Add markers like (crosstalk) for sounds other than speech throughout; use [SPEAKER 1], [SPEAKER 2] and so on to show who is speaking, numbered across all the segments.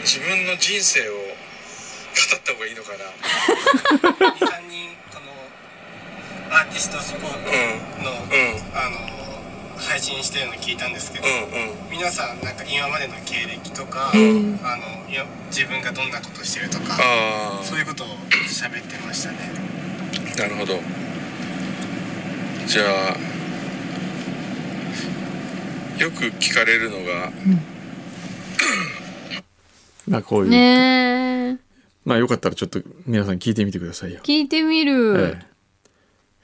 [SPEAKER 1] 自分の人生を語った方がいいのかな。
[SPEAKER 2] 23人このアーティストスポークの,、
[SPEAKER 1] うんうん
[SPEAKER 2] あの配信してるの聞いたんですけど、
[SPEAKER 1] うんうん。
[SPEAKER 2] 皆さんなんか今までの経歴とか、あのいや自分がどんなことしてるとか、
[SPEAKER 1] あ
[SPEAKER 2] そういうことを喋ってましたね
[SPEAKER 1] あ、なるほど。じゃあ、よく聞かれるのが、
[SPEAKER 3] まあこういう、
[SPEAKER 4] ねえ
[SPEAKER 3] まあよかったらちょっと皆さん聞いてみてくださいよ、
[SPEAKER 4] 聞いてみる
[SPEAKER 3] え、え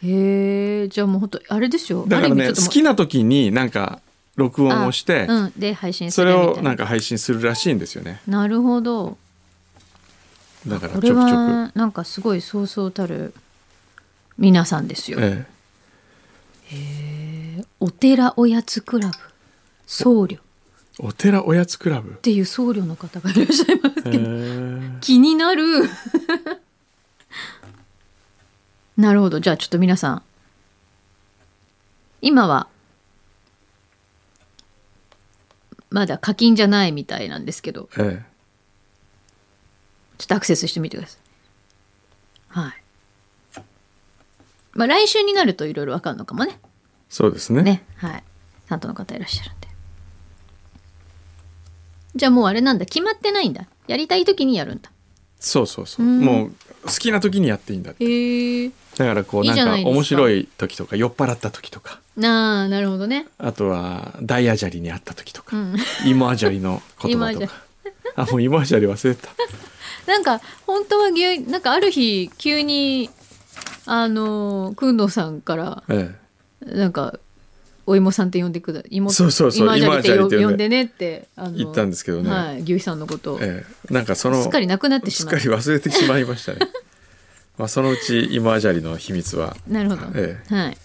[SPEAKER 4] へえじゃあもう本当あれですよ
[SPEAKER 3] だからね
[SPEAKER 4] ある意味ちょっともう
[SPEAKER 3] 好きな時になんか録音をして、
[SPEAKER 4] あうん、で配信す
[SPEAKER 3] そ
[SPEAKER 4] るみ
[SPEAKER 3] れ
[SPEAKER 4] たいな
[SPEAKER 3] をなんか配信するらしいんですよね
[SPEAKER 4] なるほど
[SPEAKER 3] だからち
[SPEAKER 4] こ
[SPEAKER 3] ょくち
[SPEAKER 4] れ
[SPEAKER 3] ょく、
[SPEAKER 4] はなんかすごいそうそうたる皆さんですよ、
[SPEAKER 3] ええ
[SPEAKER 4] お寺おやつクラブ僧侶っ
[SPEAKER 3] お寺おやつクラブ
[SPEAKER 4] ていう僧侶の方がいらっしゃいますけ
[SPEAKER 3] へ
[SPEAKER 4] ど
[SPEAKER 3] ー
[SPEAKER 4] 気になるなるほどじゃあちょっと皆さん今はまだ課金じゃないみたいなんですけど
[SPEAKER 3] え
[SPEAKER 4] ちょっとアクセスしてみてくださいはいまあ来週になるといろいろわかるのかもね
[SPEAKER 3] えそうですね
[SPEAKER 4] ねはい担当の方いらっしゃるんでじゃあもうあれなんだ決まってないんだやりたい時にやるんだ
[SPEAKER 3] そうそうそう
[SPEAKER 4] うん
[SPEAKER 3] もう好きな時にやっていいんだって
[SPEAKER 4] へえ
[SPEAKER 3] だからこう
[SPEAKER 4] いい
[SPEAKER 3] なん
[SPEAKER 4] じゃな
[SPEAKER 3] か
[SPEAKER 4] いですか
[SPEAKER 3] 面白い時とか酔っ払った時とか
[SPEAKER 4] なあなるほどね
[SPEAKER 3] あとはダイアジャリに会った時とか、
[SPEAKER 4] うん (laughs)
[SPEAKER 3] 芋アジャリの言葉
[SPEAKER 4] 芋アジ
[SPEAKER 3] と
[SPEAKER 4] ャリ
[SPEAKER 3] かあもう芋アジャリ忘れてた (laughs)
[SPEAKER 4] なんか本当は牛なんかある日急にあの工藤さんから
[SPEAKER 3] え
[SPEAKER 4] なんかお芋さんって呼んでくだ芋
[SPEAKER 3] そうそうそう
[SPEAKER 4] 今じゃりって
[SPEAKER 3] 今
[SPEAKER 4] よ
[SPEAKER 3] じゃりって呼んで
[SPEAKER 4] 呼んでねってあの
[SPEAKER 3] 言ったんですけどね
[SPEAKER 4] はい、牛さんのことを、
[SPEAKER 3] えええなんかその
[SPEAKER 4] すっかりなくなってし
[SPEAKER 3] すっ
[SPEAKER 4] ま
[SPEAKER 3] か
[SPEAKER 4] う
[SPEAKER 3] り忘れてしまいました
[SPEAKER 4] (laughs)
[SPEAKER 3] ねまあそのうち芋アジャリの秘密は、
[SPEAKER 4] なるほど、
[SPEAKER 3] え
[SPEAKER 4] はい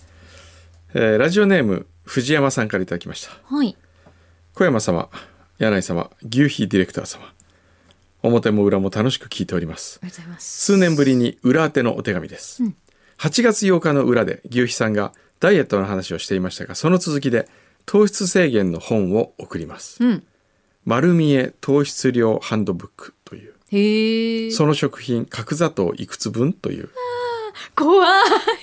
[SPEAKER 3] ええーラジオネーム藤山さんからいただきました
[SPEAKER 4] はい
[SPEAKER 3] 小山様柳井様牛皮ディレクター様表も裏も楽しく聞いております
[SPEAKER 4] ありがとうございます
[SPEAKER 3] 数年ぶりに裏宛てのお手紙です、
[SPEAKER 4] うん
[SPEAKER 3] 8月8日の裏で牛肥さんがダイエットの話をしていましたがその続きで糖質制限の本を送ります、
[SPEAKER 4] うん
[SPEAKER 3] 丸見え糖質量ハンドブックという
[SPEAKER 4] へえ
[SPEAKER 3] その食品角砂糖いくつ分という
[SPEAKER 4] 怖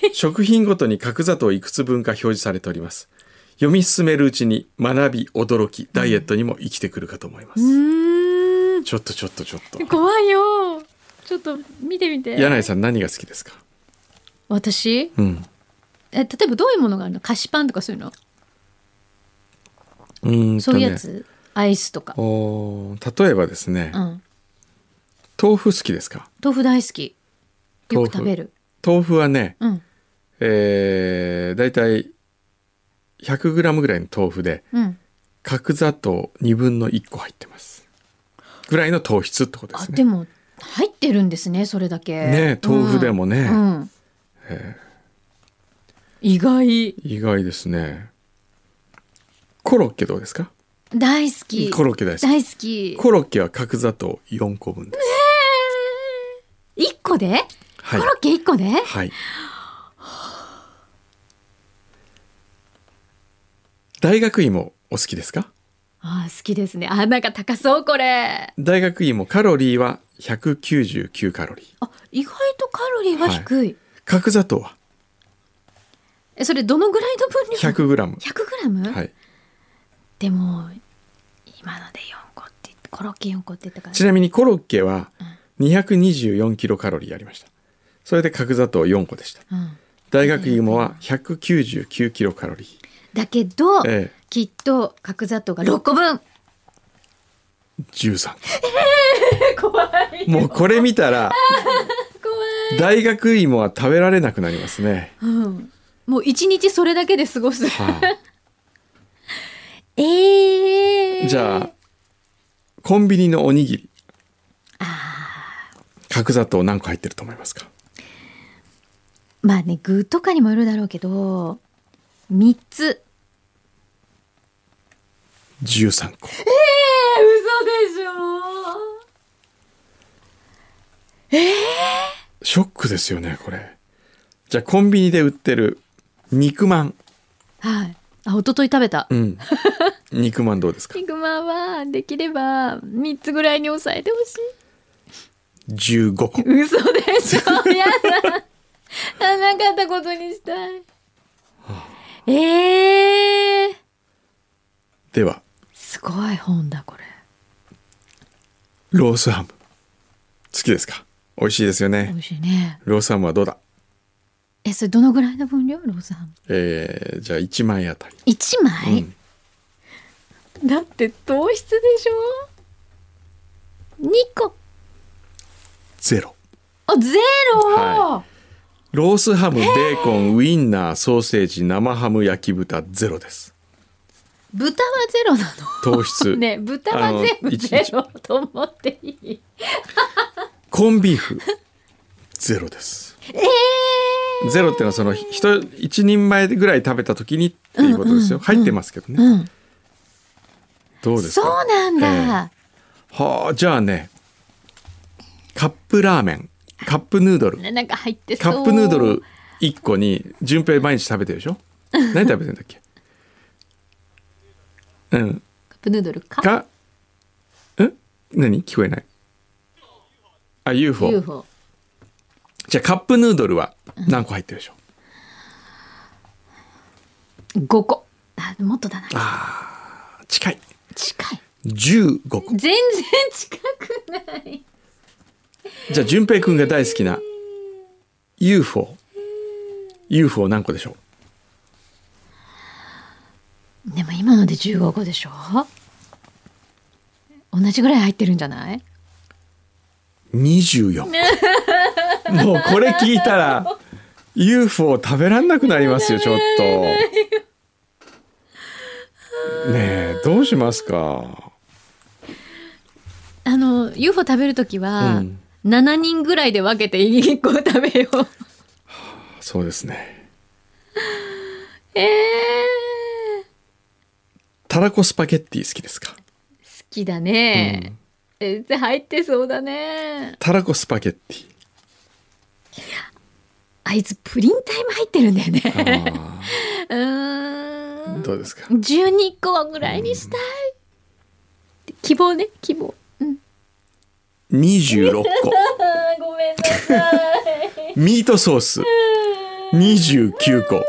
[SPEAKER 4] い
[SPEAKER 3] 食品ごとに角砂糖いくつ分か表示されております読み進めるうちに学び驚きダイエットにも生きてくるかと思います、
[SPEAKER 4] うーん
[SPEAKER 3] ちょっとちょっとちょっと
[SPEAKER 4] 怖いよちょっと見てみて
[SPEAKER 3] 柳井さん何が好きですか
[SPEAKER 4] 私
[SPEAKER 3] うん
[SPEAKER 4] え例えばどういうものがあるの菓子パンとかそういうの
[SPEAKER 3] うーんとね
[SPEAKER 4] そういうやつ、アイスとか
[SPEAKER 3] おー例えばですね、
[SPEAKER 4] うん
[SPEAKER 3] 豆腐好きですか
[SPEAKER 4] 豆腐大好きよく食べる
[SPEAKER 3] 豆腐はね、
[SPEAKER 4] うん
[SPEAKER 3] えー、だいたい 100g ぐらいの豆腐で
[SPEAKER 4] うん
[SPEAKER 3] 角砂糖2分の1個入ってますぐらいの糖質ってことで
[SPEAKER 4] あ
[SPEAKER 3] す
[SPEAKER 4] で
[SPEAKER 3] ね
[SPEAKER 4] も入ってるんですねそれだけ
[SPEAKER 3] ねえ豆腐でもね
[SPEAKER 4] うんうん
[SPEAKER 3] え
[SPEAKER 4] 意外
[SPEAKER 3] ー意外ですねコロッケどうですか
[SPEAKER 4] 大好き
[SPEAKER 3] コロッケ大好き
[SPEAKER 4] 大好き
[SPEAKER 3] コロッケは角砂糖4個分です、
[SPEAKER 4] 一個でコ
[SPEAKER 3] はい
[SPEAKER 4] ロッケ一個で、
[SPEAKER 3] はい大学芋お好きですか
[SPEAKER 4] あー好きですねあーなんか高そうこれ
[SPEAKER 3] 大学芋カロリーは199カロリー
[SPEAKER 4] あ意外とカロリーは低い、
[SPEAKER 3] 角砂糖は
[SPEAKER 4] えそれどのぐらいの分量 (laughs)
[SPEAKER 3] 100g
[SPEAKER 4] 100グラム、
[SPEAKER 3] はい、
[SPEAKER 4] でも今ので4個って言ってコロッケ4個って言ったから
[SPEAKER 3] ちなみにコロッケは224キロカロリーありましたそれで角砂糖4個でした
[SPEAKER 4] うん、
[SPEAKER 3] 大学芋は199キロカロリー、
[SPEAKER 4] だけど、
[SPEAKER 3] え
[SPEAKER 4] きっと角砂糖が6個分
[SPEAKER 3] え、13
[SPEAKER 4] 怖い
[SPEAKER 3] もうこれ見たら大学芋は食べられなくなりますね、
[SPEAKER 4] うん、もう一日それだけで過ごす、
[SPEAKER 3] は
[SPEAKER 4] ええ
[SPEAKER 3] あ、じゃあコンビニのおにぎり角砂糖何個入ってると思いますか
[SPEAKER 4] まあね具とかにもよるだろうけど3つ
[SPEAKER 3] 13個
[SPEAKER 4] え嘘でしょ
[SPEAKER 3] ショックですよねこれじゃあコンビニで売ってる肉まん
[SPEAKER 4] はいあ一昨日食べた
[SPEAKER 3] うん。肉まんどうですか
[SPEAKER 4] ピ。グマはできれば3つぐらいに抑えてほしい
[SPEAKER 3] 十五個。
[SPEAKER 4] 嘘でしょやだあなかったことにしたいえー、
[SPEAKER 3] では
[SPEAKER 4] すごい本だこれ
[SPEAKER 3] ロースハム好きですか。美味しいですよ
[SPEAKER 4] 美
[SPEAKER 3] ね。
[SPEAKER 4] 味しいね
[SPEAKER 3] ロースハムはどうだ。
[SPEAKER 4] えそれどのぐらいの分量ロースハム
[SPEAKER 3] えー、じゃあ一枚あたり。
[SPEAKER 4] 1枚、
[SPEAKER 3] うん
[SPEAKER 4] だって糖質でしょ2個
[SPEAKER 3] ゼロ。
[SPEAKER 4] あゼロ、
[SPEAKER 3] はロースハム、ベーコン、ウインナー、ソーセージ、生ハム、焼き豚ゼロです。
[SPEAKER 4] 豚はゼロな
[SPEAKER 3] 糖
[SPEAKER 4] の
[SPEAKER 3] 質。
[SPEAKER 4] (laughs) ね豚は全
[SPEAKER 3] あ
[SPEAKER 4] 部
[SPEAKER 3] の一
[SPEAKER 4] ゼロと思っていい
[SPEAKER 3] コンビーフゼロです。ゼロってのはその人一人前ぐらい食べた時にっていうことですよ、入ってますけどね、
[SPEAKER 4] うん
[SPEAKER 3] どうです
[SPEAKER 4] そう
[SPEAKER 3] か
[SPEAKER 4] なんだ、
[SPEAKER 3] はあじゃあねカップラーメンカップヌードル
[SPEAKER 4] ねなんか入ってそ
[SPEAKER 3] カ
[SPEAKER 4] う
[SPEAKER 3] ップヌードル1個に順平毎日食べてるでし
[SPEAKER 4] (laughs)
[SPEAKER 3] ょ何食べてんだっけうん
[SPEAKER 4] カップヌードルか
[SPEAKER 3] かん何聞こえないあ UFO,
[SPEAKER 4] UFO
[SPEAKER 3] じゃあカップヌードルは何個入ってるでしょ
[SPEAKER 4] 5個あもっとだな
[SPEAKER 3] 近い
[SPEAKER 4] 近い
[SPEAKER 3] 15個
[SPEAKER 4] 全然近くない
[SPEAKER 3] じゃあ順平くんが大好きな UFO UFO 何個でしょう
[SPEAKER 4] でも今ので15個でしょ同じぐらい入ってるんじゃない
[SPEAKER 3] 24個もうこれ聞いたら UFO 食べらんなくなりますよちょっとねえどうしますか
[SPEAKER 4] あの UFO 食べるときは、
[SPEAKER 3] うん
[SPEAKER 4] 7人ぐらいで分けて1個食べよう
[SPEAKER 3] そうですね
[SPEAKER 4] (laughs) えー、
[SPEAKER 3] たらこスパゲッティ好きですか
[SPEAKER 4] 好きだね、え入ってそうだね
[SPEAKER 3] たらこスパゲッティ
[SPEAKER 4] あいつプリンタイム入ってるんだよね (laughs)
[SPEAKER 3] あ
[SPEAKER 4] うー
[SPEAKER 3] ー
[SPEAKER 4] ん
[SPEAKER 3] どうですか
[SPEAKER 4] 12個ぐらいにしたい、希望ね希望
[SPEAKER 3] 26個 (laughs)
[SPEAKER 4] あーごめんなさい
[SPEAKER 3] ミートソース29個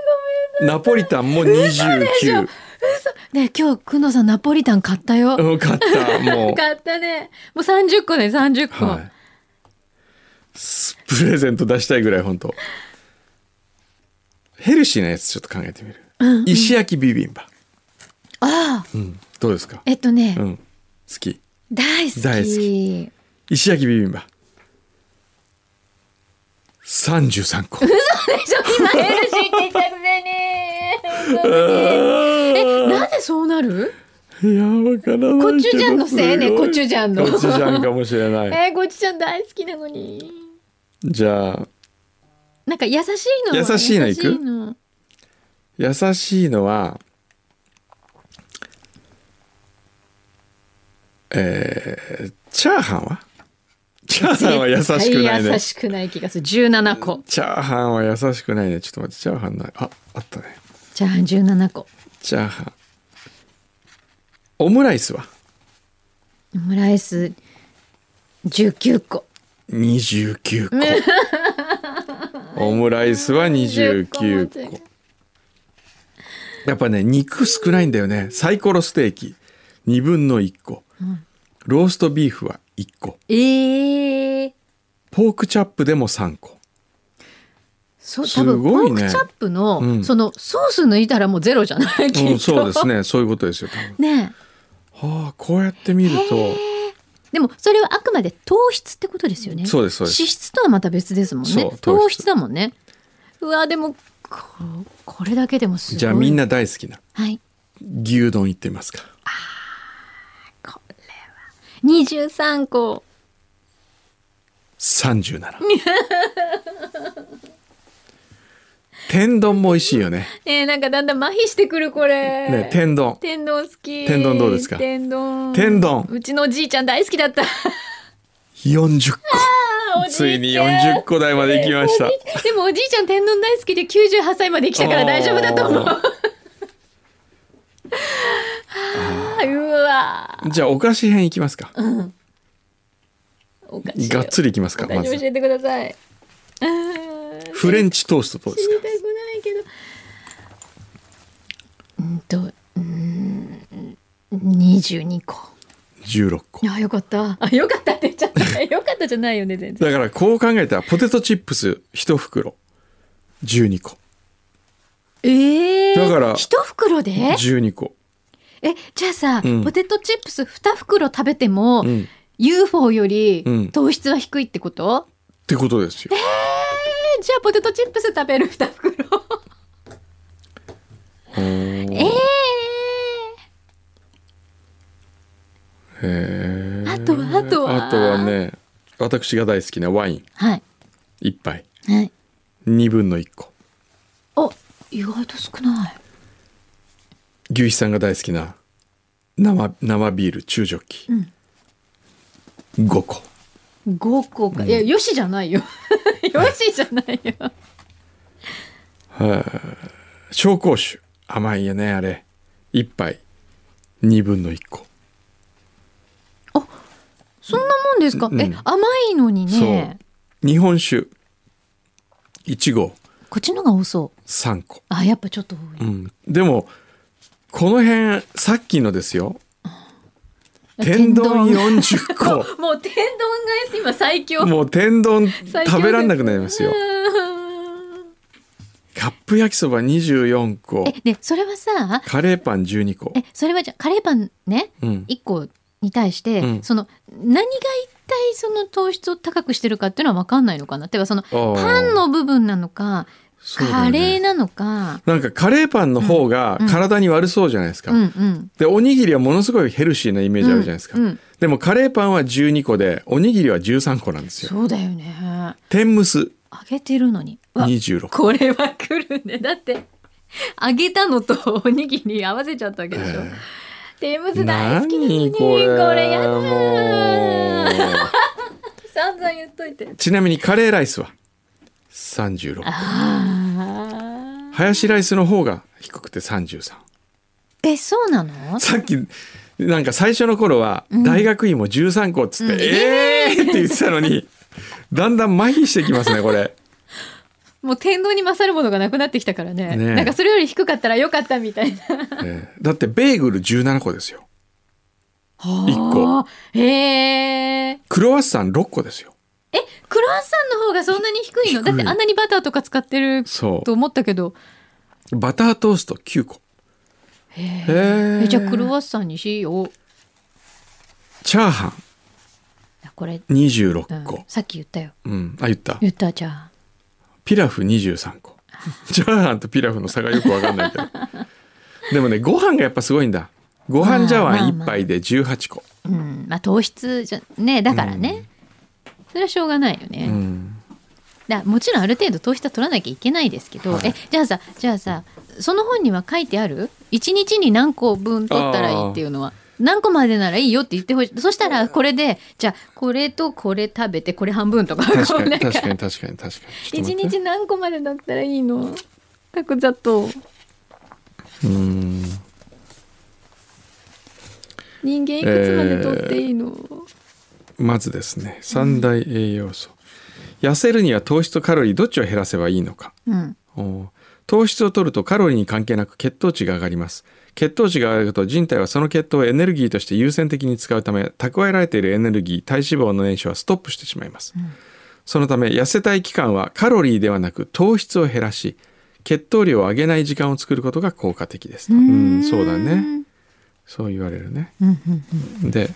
[SPEAKER 3] ナポリタンも29
[SPEAKER 4] ね今日くのさんナポリタン買ったよ
[SPEAKER 3] うん買ったもう
[SPEAKER 4] 買ったねもう30個ね30個、
[SPEAKER 3] はい。すプレゼント出したいぐらい本当。ヘルシーなやつちょっと考えてみる。石焼きビビンバ。
[SPEAKER 4] ああ
[SPEAKER 3] うん。どうですか。
[SPEAKER 4] えっとね、
[SPEAKER 3] うん。好き。
[SPEAKER 4] 大好き
[SPEAKER 3] 大好石焼きビビンバ。三十三 (laughs) 個。
[SPEAKER 4] ちょ今ヘルシーって言ったくせにえなぜそうなる
[SPEAKER 3] いやわからないけど。
[SPEAKER 4] コチュジャンのせいね
[SPEAKER 3] すご
[SPEAKER 4] コチュジャンの
[SPEAKER 3] コチュジャンかもしれない。
[SPEAKER 4] (laughs) えー、ごちちゃん大好きなのに
[SPEAKER 3] じゃあ
[SPEAKER 4] なんか優しいの
[SPEAKER 3] 優しいのいく
[SPEAKER 4] 優しの
[SPEAKER 3] 優しいのは。えー、チャーハンはチャーハンは (laughs) 優しくない
[SPEAKER 4] 絶
[SPEAKER 3] ね
[SPEAKER 4] 対優しくない気がする17個
[SPEAKER 3] チャーハンは優しくないね。ちょっと待って、チャーハンない。あ、あったね。
[SPEAKER 4] じゃあ17個
[SPEAKER 3] チャーハン。オムライスは
[SPEAKER 4] オムライス19個
[SPEAKER 3] ?29
[SPEAKER 4] (laughs)
[SPEAKER 3] 個。オムライスは29個。やっぱね、肉少ないんだよね。サイコロステーキ、2分の1個。ローストビーフは1個。
[SPEAKER 4] ええー、
[SPEAKER 3] ポークチャップでも3個。
[SPEAKER 4] そう
[SPEAKER 3] す
[SPEAKER 4] 多
[SPEAKER 3] ご
[SPEAKER 4] 分ポ
[SPEAKER 3] いね
[SPEAKER 4] ークチャップの、
[SPEAKER 3] うん
[SPEAKER 4] そのソース抜いたらもうゼロじゃない、きっ
[SPEAKER 3] う
[SPEAKER 4] と
[SPEAKER 3] ん、そうですね。そういうことですよ、多分。
[SPEAKER 4] (laughs) ねえ
[SPEAKER 3] はあ、こうやって見ると、
[SPEAKER 4] でもそれはあくまで糖質ってことですよね
[SPEAKER 3] そうですそうです
[SPEAKER 4] 脂質とはまた別ですもん
[SPEAKER 3] そ
[SPEAKER 4] ね
[SPEAKER 3] う糖質
[SPEAKER 4] 糖質だもんねうわでもここれだけでもすごい
[SPEAKER 3] じゃあみんな大好きな
[SPEAKER 4] はい
[SPEAKER 3] 牛丼行ってみますか。
[SPEAKER 4] これは23個
[SPEAKER 3] 37天丼も美味しいよね
[SPEAKER 4] ねえなんかだんだん麻痺してくるこれ、
[SPEAKER 3] ね天丼
[SPEAKER 4] 天丼好き
[SPEAKER 3] 天丼どうですか
[SPEAKER 4] 天丼
[SPEAKER 3] 天丼
[SPEAKER 4] うちのおじいちゃん大好きだった (laughs)
[SPEAKER 3] 40個ついに40個台まで行きました
[SPEAKER 4] でもおじいちゃん天丼大好きで98歳まで生きたから大丈夫だと思う。うわ
[SPEAKER 3] じゃあお菓子編行きますか
[SPEAKER 4] おかしいよ。
[SPEAKER 3] がっつり行きますか
[SPEAKER 4] お菓
[SPEAKER 3] ま
[SPEAKER 4] 子
[SPEAKER 3] ず
[SPEAKER 4] 教えてください。あー知り
[SPEAKER 3] フレンチトーストどうですか
[SPEAKER 4] たくないけど。うんと、うーん、22個。
[SPEAKER 3] 16個
[SPEAKER 4] あ、よかった。あ、よかったって言っちゃった。よかったじゃないよね、全然。
[SPEAKER 3] だからこう考えたらポテトチップス1袋12個
[SPEAKER 4] ええ
[SPEAKER 3] だから
[SPEAKER 4] 一袋で
[SPEAKER 3] 12個
[SPEAKER 4] え、じゃあさ、
[SPEAKER 3] うん
[SPEAKER 4] ポテトチップス2袋食べても、
[SPEAKER 3] うん
[SPEAKER 4] UFO よ
[SPEAKER 3] う
[SPEAKER 4] り
[SPEAKER 3] ん
[SPEAKER 4] 糖質は低いってこと、
[SPEAKER 3] ってことですよ
[SPEAKER 4] えじゃあポテトチップス食べる2袋
[SPEAKER 3] おー
[SPEAKER 4] え
[SPEAKER 3] へー
[SPEAKER 4] あとはあとは
[SPEAKER 3] あとはね私が大好きなワイン
[SPEAKER 4] はい
[SPEAKER 3] 1杯
[SPEAKER 4] はい
[SPEAKER 3] 2分の1個
[SPEAKER 4] お意外と少ない
[SPEAKER 3] 牛肥さんが大好きな生生ビール中ジョッキ、5個
[SPEAKER 4] 5個か。いや、よしじゃないよ。 (laughs) よしじゃないよ。
[SPEAKER 3] 紹興酒甘いよねあれ1杯2分の1個
[SPEAKER 4] そんなもんですか、
[SPEAKER 3] うん
[SPEAKER 4] え、甘いのにね。
[SPEAKER 3] 日本酒1合
[SPEAKER 4] こっちのが多そう。
[SPEAKER 3] 3個、
[SPEAKER 4] あ、やっぱちょっと多い。
[SPEAKER 3] うん、でもこの辺さっきのですよ天丼
[SPEAKER 4] が
[SPEAKER 3] 40個
[SPEAKER 4] もう天丼が今最強。
[SPEAKER 3] もう天丼
[SPEAKER 4] 最強
[SPEAKER 3] 食べらんなくなりますよカップ焼きそば24個
[SPEAKER 4] え、で、それはさ、
[SPEAKER 3] カレーパン12個
[SPEAKER 4] え、それはじゃあカレーパンね、
[SPEAKER 3] うん
[SPEAKER 4] 一個に対して、
[SPEAKER 3] うん
[SPEAKER 4] その、何が一体その糖質を高くしてるかっていうのは分かんないのかな。例えばその、
[SPEAKER 3] ああ
[SPEAKER 4] パンの部分なのか、
[SPEAKER 3] そうだよね
[SPEAKER 4] カレーなのか、
[SPEAKER 3] なんかカレーパンの方が体に悪そうじゃないですか、
[SPEAKER 4] うんうん。
[SPEAKER 3] でおにぎりはものすごいヘルシーなイメージあるじゃないですか、
[SPEAKER 4] うんうん
[SPEAKER 3] でもカレーパンは12個でおにぎりは13個なんですよ
[SPEAKER 4] そうだよね。
[SPEAKER 3] 天むす
[SPEAKER 4] 揚げてるのに。わ
[SPEAKER 3] 26個
[SPEAKER 4] これは来るね。だって、揚げたのとお (laughs) にぎり合わせちゃったわけでしょ。テームズ大好きなのに、
[SPEAKER 3] 何
[SPEAKER 4] こ
[SPEAKER 3] これ
[SPEAKER 4] れやだ
[SPEAKER 3] もう
[SPEAKER 4] ー。散々言っといて。
[SPEAKER 3] ちなみにカレーライスは36
[SPEAKER 4] ああ。
[SPEAKER 3] ハヤシライスの方が低くて33
[SPEAKER 4] え、そうなの
[SPEAKER 3] さっきなんか最初の頃は大学院も13個っつって「ええー!」って言ってたのにだんだん麻痺してきますねこ
[SPEAKER 4] (laughs)
[SPEAKER 3] れ
[SPEAKER 4] もう天丼に勝るものがなくなってきたからね。
[SPEAKER 3] ねえ
[SPEAKER 4] なんかそれより低かったらよかったみたいな。
[SPEAKER 3] えーだってベーグル17個ですよ一個
[SPEAKER 4] あー。へえ。
[SPEAKER 3] クロワッサン6個ですよ
[SPEAKER 4] クロワッサンの方がそんなに低いの
[SPEAKER 3] 低い
[SPEAKER 4] だってあんなにバターとか使ってる
[SPEAKER 3] そ
[SPEAKER 4] と思ったけど。
[SPEAKER 3] うバタートースト9個へ
[SPEAKER 4] え、
[SPEAKER 3] え
[SPEAKER 4] じゃあクロワッサンにしよう。
[SPEAKER 3] チャーハ
[SPEAKER 4] これ、
[SPEAKER 3] ン
[SPEAKER 4] うん
[SPEAKER 3] 26個、
[SPEAKER 4] さっき言ったよ。
[SPEAKER 3] うんあ言った
[SPEAKER 4] 言ったじゃあ。
[SPEAKER 3] ピラフ23個
[SPEAKER 4] (laughs)
[SPEAKER 3] チャーハンとピラフの差がよくわかんないけどでもねご飯がやっぱすごいんだご飯茶
[SPEAKER 4] まあまあ
[SPEAKER 3] 碗
[SPEAKER 4] まあ
[SPEAKER 3] 1杯で18個、
[SPEAKER 4] うん、まあ糖質じゃねだからね、それはしょうがないよね、
[SPEAKER 3] うん
[SPEAKER 4] だもちろんある程度糖質は取らなきゃいけないですけど、
[SPEAKER 3] はい
[SPEAKER 4] えじゃあさじゃあさその本には書いてある一日に何個分取ったらいいっていうのは何個までならいいよって言ってほしいそしたらこれでじゃあこれとこれ食べてこれ半分とか
[SPEAKER 3] 確
[SPEAKER 4] こ
[SPEAKER 3] か
[SPEAKER 4] う
[SPEAKER 3] に
[SPEAKER 4] な (laughs) んか
[SPEAKER 3] 確かに確かに確かにちょっと
[SPEAKER 4] 一
[SPEAKER 3] 待って
[SPEAKER 4] 日何個までだったらいいの角砂糖
[SPEAKER 3] うん
[SPEAKER 4] 人間いくつまで取っていいの、
[SPEAKER 3] まずですね三大栄養素、痩せるには糖質とカロリーどっちを減らせばいいのか
[SPEAKER 4] うん
[SPEAKER 3] おー糖質を取るとカロリーに関係なく血糖値が上がります血糖値が上がると人体はその血糖をエネルギーとして優先的に使うため蓄えられているエネルギー体脂肪の燃焼はストップしてしまいます、そのため痩せたい期間はカロリーではなく糖質を減らし血糖量を上げない時間を作ることが効果的ですうんそうだねそう言われるね、で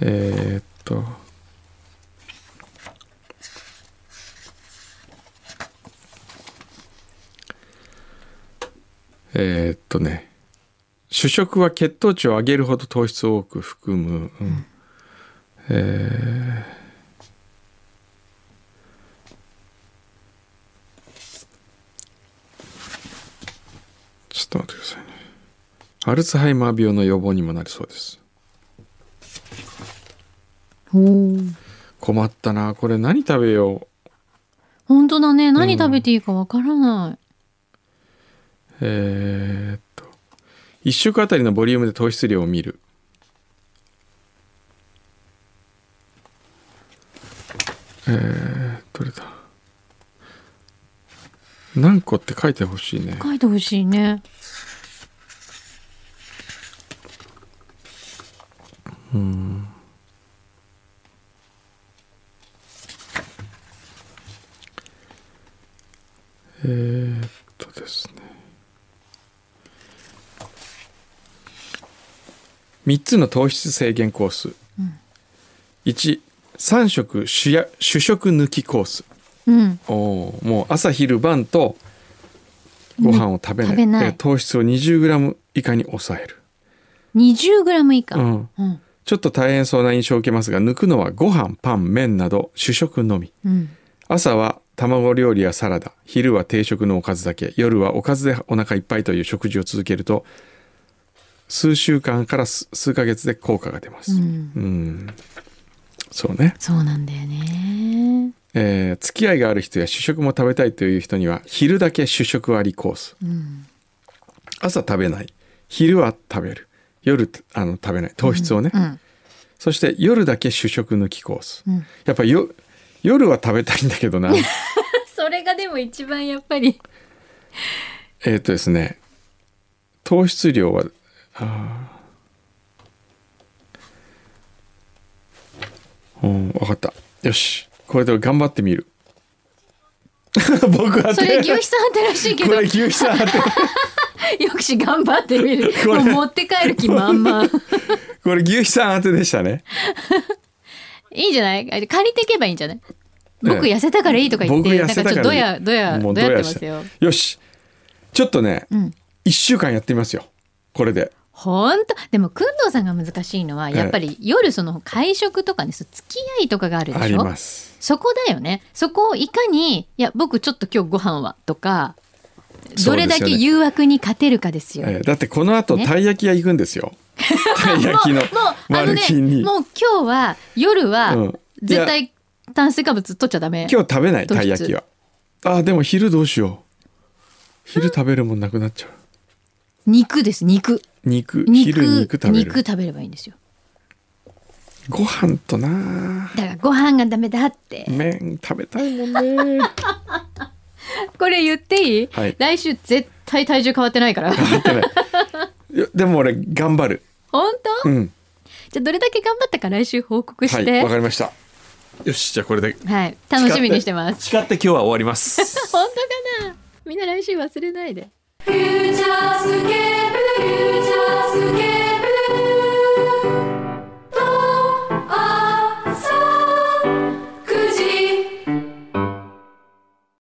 [SPEAKER 3] えーっとえーっとね主食は血糖値を上げるほど糖質を多く含む、うんえーちょっと待ってくださいねアルツハイマー病の予防にもなりそうです
[SPEAKER 4] ほう
[SPEAKER 3] 困ったなこれ何食べよ
[SPEAKER 4] 本当だね何食べていいかわからない、
[SPEAKER 3] うえーっと1食あたりのボリュームで糖質量を見るえー、どれだ何個って書いてほしいね
[SPEAKER 4] 書いてほしいね。
[SPEAKER 3] えー、っとですね3つの糖質制限コース、13食主や主食抜きコース
[SPEAKER 4] うん。
[SPEAKER 3] おーもう朝昼晩とご飯を食べない,
[SPEAKER 4] 食
[SPEAKER 3] え、
[SPEAKER 4] べない
[SPEAKER 3] 糖質を 20g 以下に抑える、
[SPEAKER 4] 20グラム以下。
[SPEAKER 3] う
[SPEAKER 4] うん。
[SPEAKER 3] ん、ちょっと大変そうな印象を受けますが抜くのはご飯パン麺など主食のみ
[SPEAKER 4] うん。
[SPEAKER 3] 朝は卵料理やサラダ昼は定食のおかずだけ夜はおかずでお腹いっぱいという食事を続けると数週間から数数ヶ月で効果が出ます。
[SPEAKER 4] うん
[SPEAKER 3] うんそうね、
[SPEAKER 4] そうなんだよね。
[SPEAKER 3] えー付き合いがある人や主食も食べたいという人には昼だけ主食ありコース
[SPEAKER 4] うん。
[SPEAKER 3] 朝食べない昼は食べる夜あの食べない糖質をね、
[SPEAKER 4] うん。
[SPEAKER 3] そして夜だけ主食抜きコース、
[SPEAKER 4] うん
[SPEAKER 3] やっぱよ夜は食べたいんだけど
[SPEAKER 4] (laughs)
[SPEAKER 3] な
[SPEAKER 4] それがでも一番やっぱり。
[SPEAKER 3] えっとですね糖質量はあーうん分かったよしこれで頑張ってみる僕は
[SPEAKER 4] (laughs) それ牛肥さんってらしいけ
[SPEAKER 3] こ
[SPEAKER 4] ど、
[SPEAKER 3] れ牛肥さん
[SPEAKER 4] (laughs)
[SPEAKER 3] 当て
[SPEAKER 4] よくし頑張ってみ (laughs) る。
[SPEAKER 3] こ
[SPEAKER 4] も
[SPEAKER 3] れ
[SPEAKER 4] う持って帰る気満 (laughs) 々。
[SPEAKER 3] これ牛肥さん当てでしたね
[SPEAKER 4] いいんじゃない借りていけばいいんじゃない僕
[SPEAKER 3] ええ
[SPEAKER 4] 痩せたからいいとか言っ
[SPEAKER 3] 僕
[SPEAKER 4] て、
[SPEAKER 3] 痩
[SPEAKER 4] なん
[SPEAKER 3] せ
[SPEAKER 4] か
[SPEAKER 3] たか
[SPEAKER 4] ちょっ
[SPEAKER 3] ら
[SPEAKER 4] とどやどや
[SPEAKER 3] もう
[SPEAKER 4] どやってま
[SPEAKER 3] し
[SPEAKER 4] す
[SPEAKER 3] た
[SPEAKER 4] よ。
[SPEAKER 3] よしちょっとね、
[SPEAKER 4] うん。
[SPEAKER 3] 一週間やってみますよこれで
[SPEAKER 4] ほんとでも工藤さんが難しいのは
[SPEAKER 3] ええ
[SPEAKER 4] やっぱり夜その会食とかねそう付き合いとかがあるで
[SPEAKER 3] あ
[SPEAKER 4] し
[SPEAKER 3] り
[SPEAKER 4] ょ
[SPEAKER 3] ます
[SPEAKER 4] そこだよねそこをいかに「いや僕ちょっと今日ご飯は」とかどれだ
[SPEAKER 3] そうです
[SPEAKER 4] け
[SPEAKER 3] よね
[SPEAKER 4] 誘惑に勝てるかですよ。
[SPEAKER 3] えーだってこの後
[SPEAKER 4] ね
[SPEAKER 3] たい焼き屋行くんです
[SPEAKER 4] (laughs)
[SPEAKER 3] よ。たい焼きの
[SPEAKER 4] もうあの
[SPEAKER 3] 丸
[SPEAKER 4] ね
[SPEAKER 3] 金に。
[SPEAKER 4] もう今日は夜
[SPEAKER 3] う
[SPEAKER 4] は
[SPEAKER 3] ん
[SPEAKER 4] 絶対炭水化物取っちゃダメ。
[SPEAKER 3] 今日食べない
[SPEAKER 4] 糖質
[SPEAKER 3] たい焼きは。あーでも昼どうしよう。昼食べるもんなくなっちゃう。
[SPEAKER 4] 肉です肉
[SPEAKER 3] 肉
[SPEAKER 4] 肉
[SPEAKER 3] 昼肉食べる。
[SPEAKER 4] 肉食べればいいんですよ。
[SPEAKER 3] ご飯とな
[SPEAKER 4] だからご飯がダメだって。
[SPEAKER 3] 麺食べたいもんね。
[SPEAKER 4] これ言っていい、
[SPEAKER 3] はい
[SPEAKER 4] 来週絶対体重変わってない
[SPEAKER 3] (laughs)
[SPEAKER 4] から。
[SPEAKER 3] 食
[SPEAKER 4] (laughs)
[SPEAKER 3] べないいやでも俺頑張る。
[SPEAKER 4] 本当、
[SPEAKER 3] うん。
[SPEAKER 4] じゃあどれだけ頑張ったか来週報告
[SPEAKER 3] は
[SPEAKER 4] し
[SPEAKER 3] い
[SPEAKER 4] て。
[SPEAKER 3] わ
[SPEAKER 4] は
[SPEAKER 3] か
[SPEAKER 4] い、
[SPEAKER 3] りました。よしじゃあこれで。
[SPEAKER 4] 楽しみにしてます。
[SPEAKER 3] 誓って今日は
[SPEAKER 4] (laughs)
[SPEAKER 3] 終わります。
[SPEAKER 4] 本当かなみんな来週忘れないで。
[SPEAKER 5] フューチャースケープ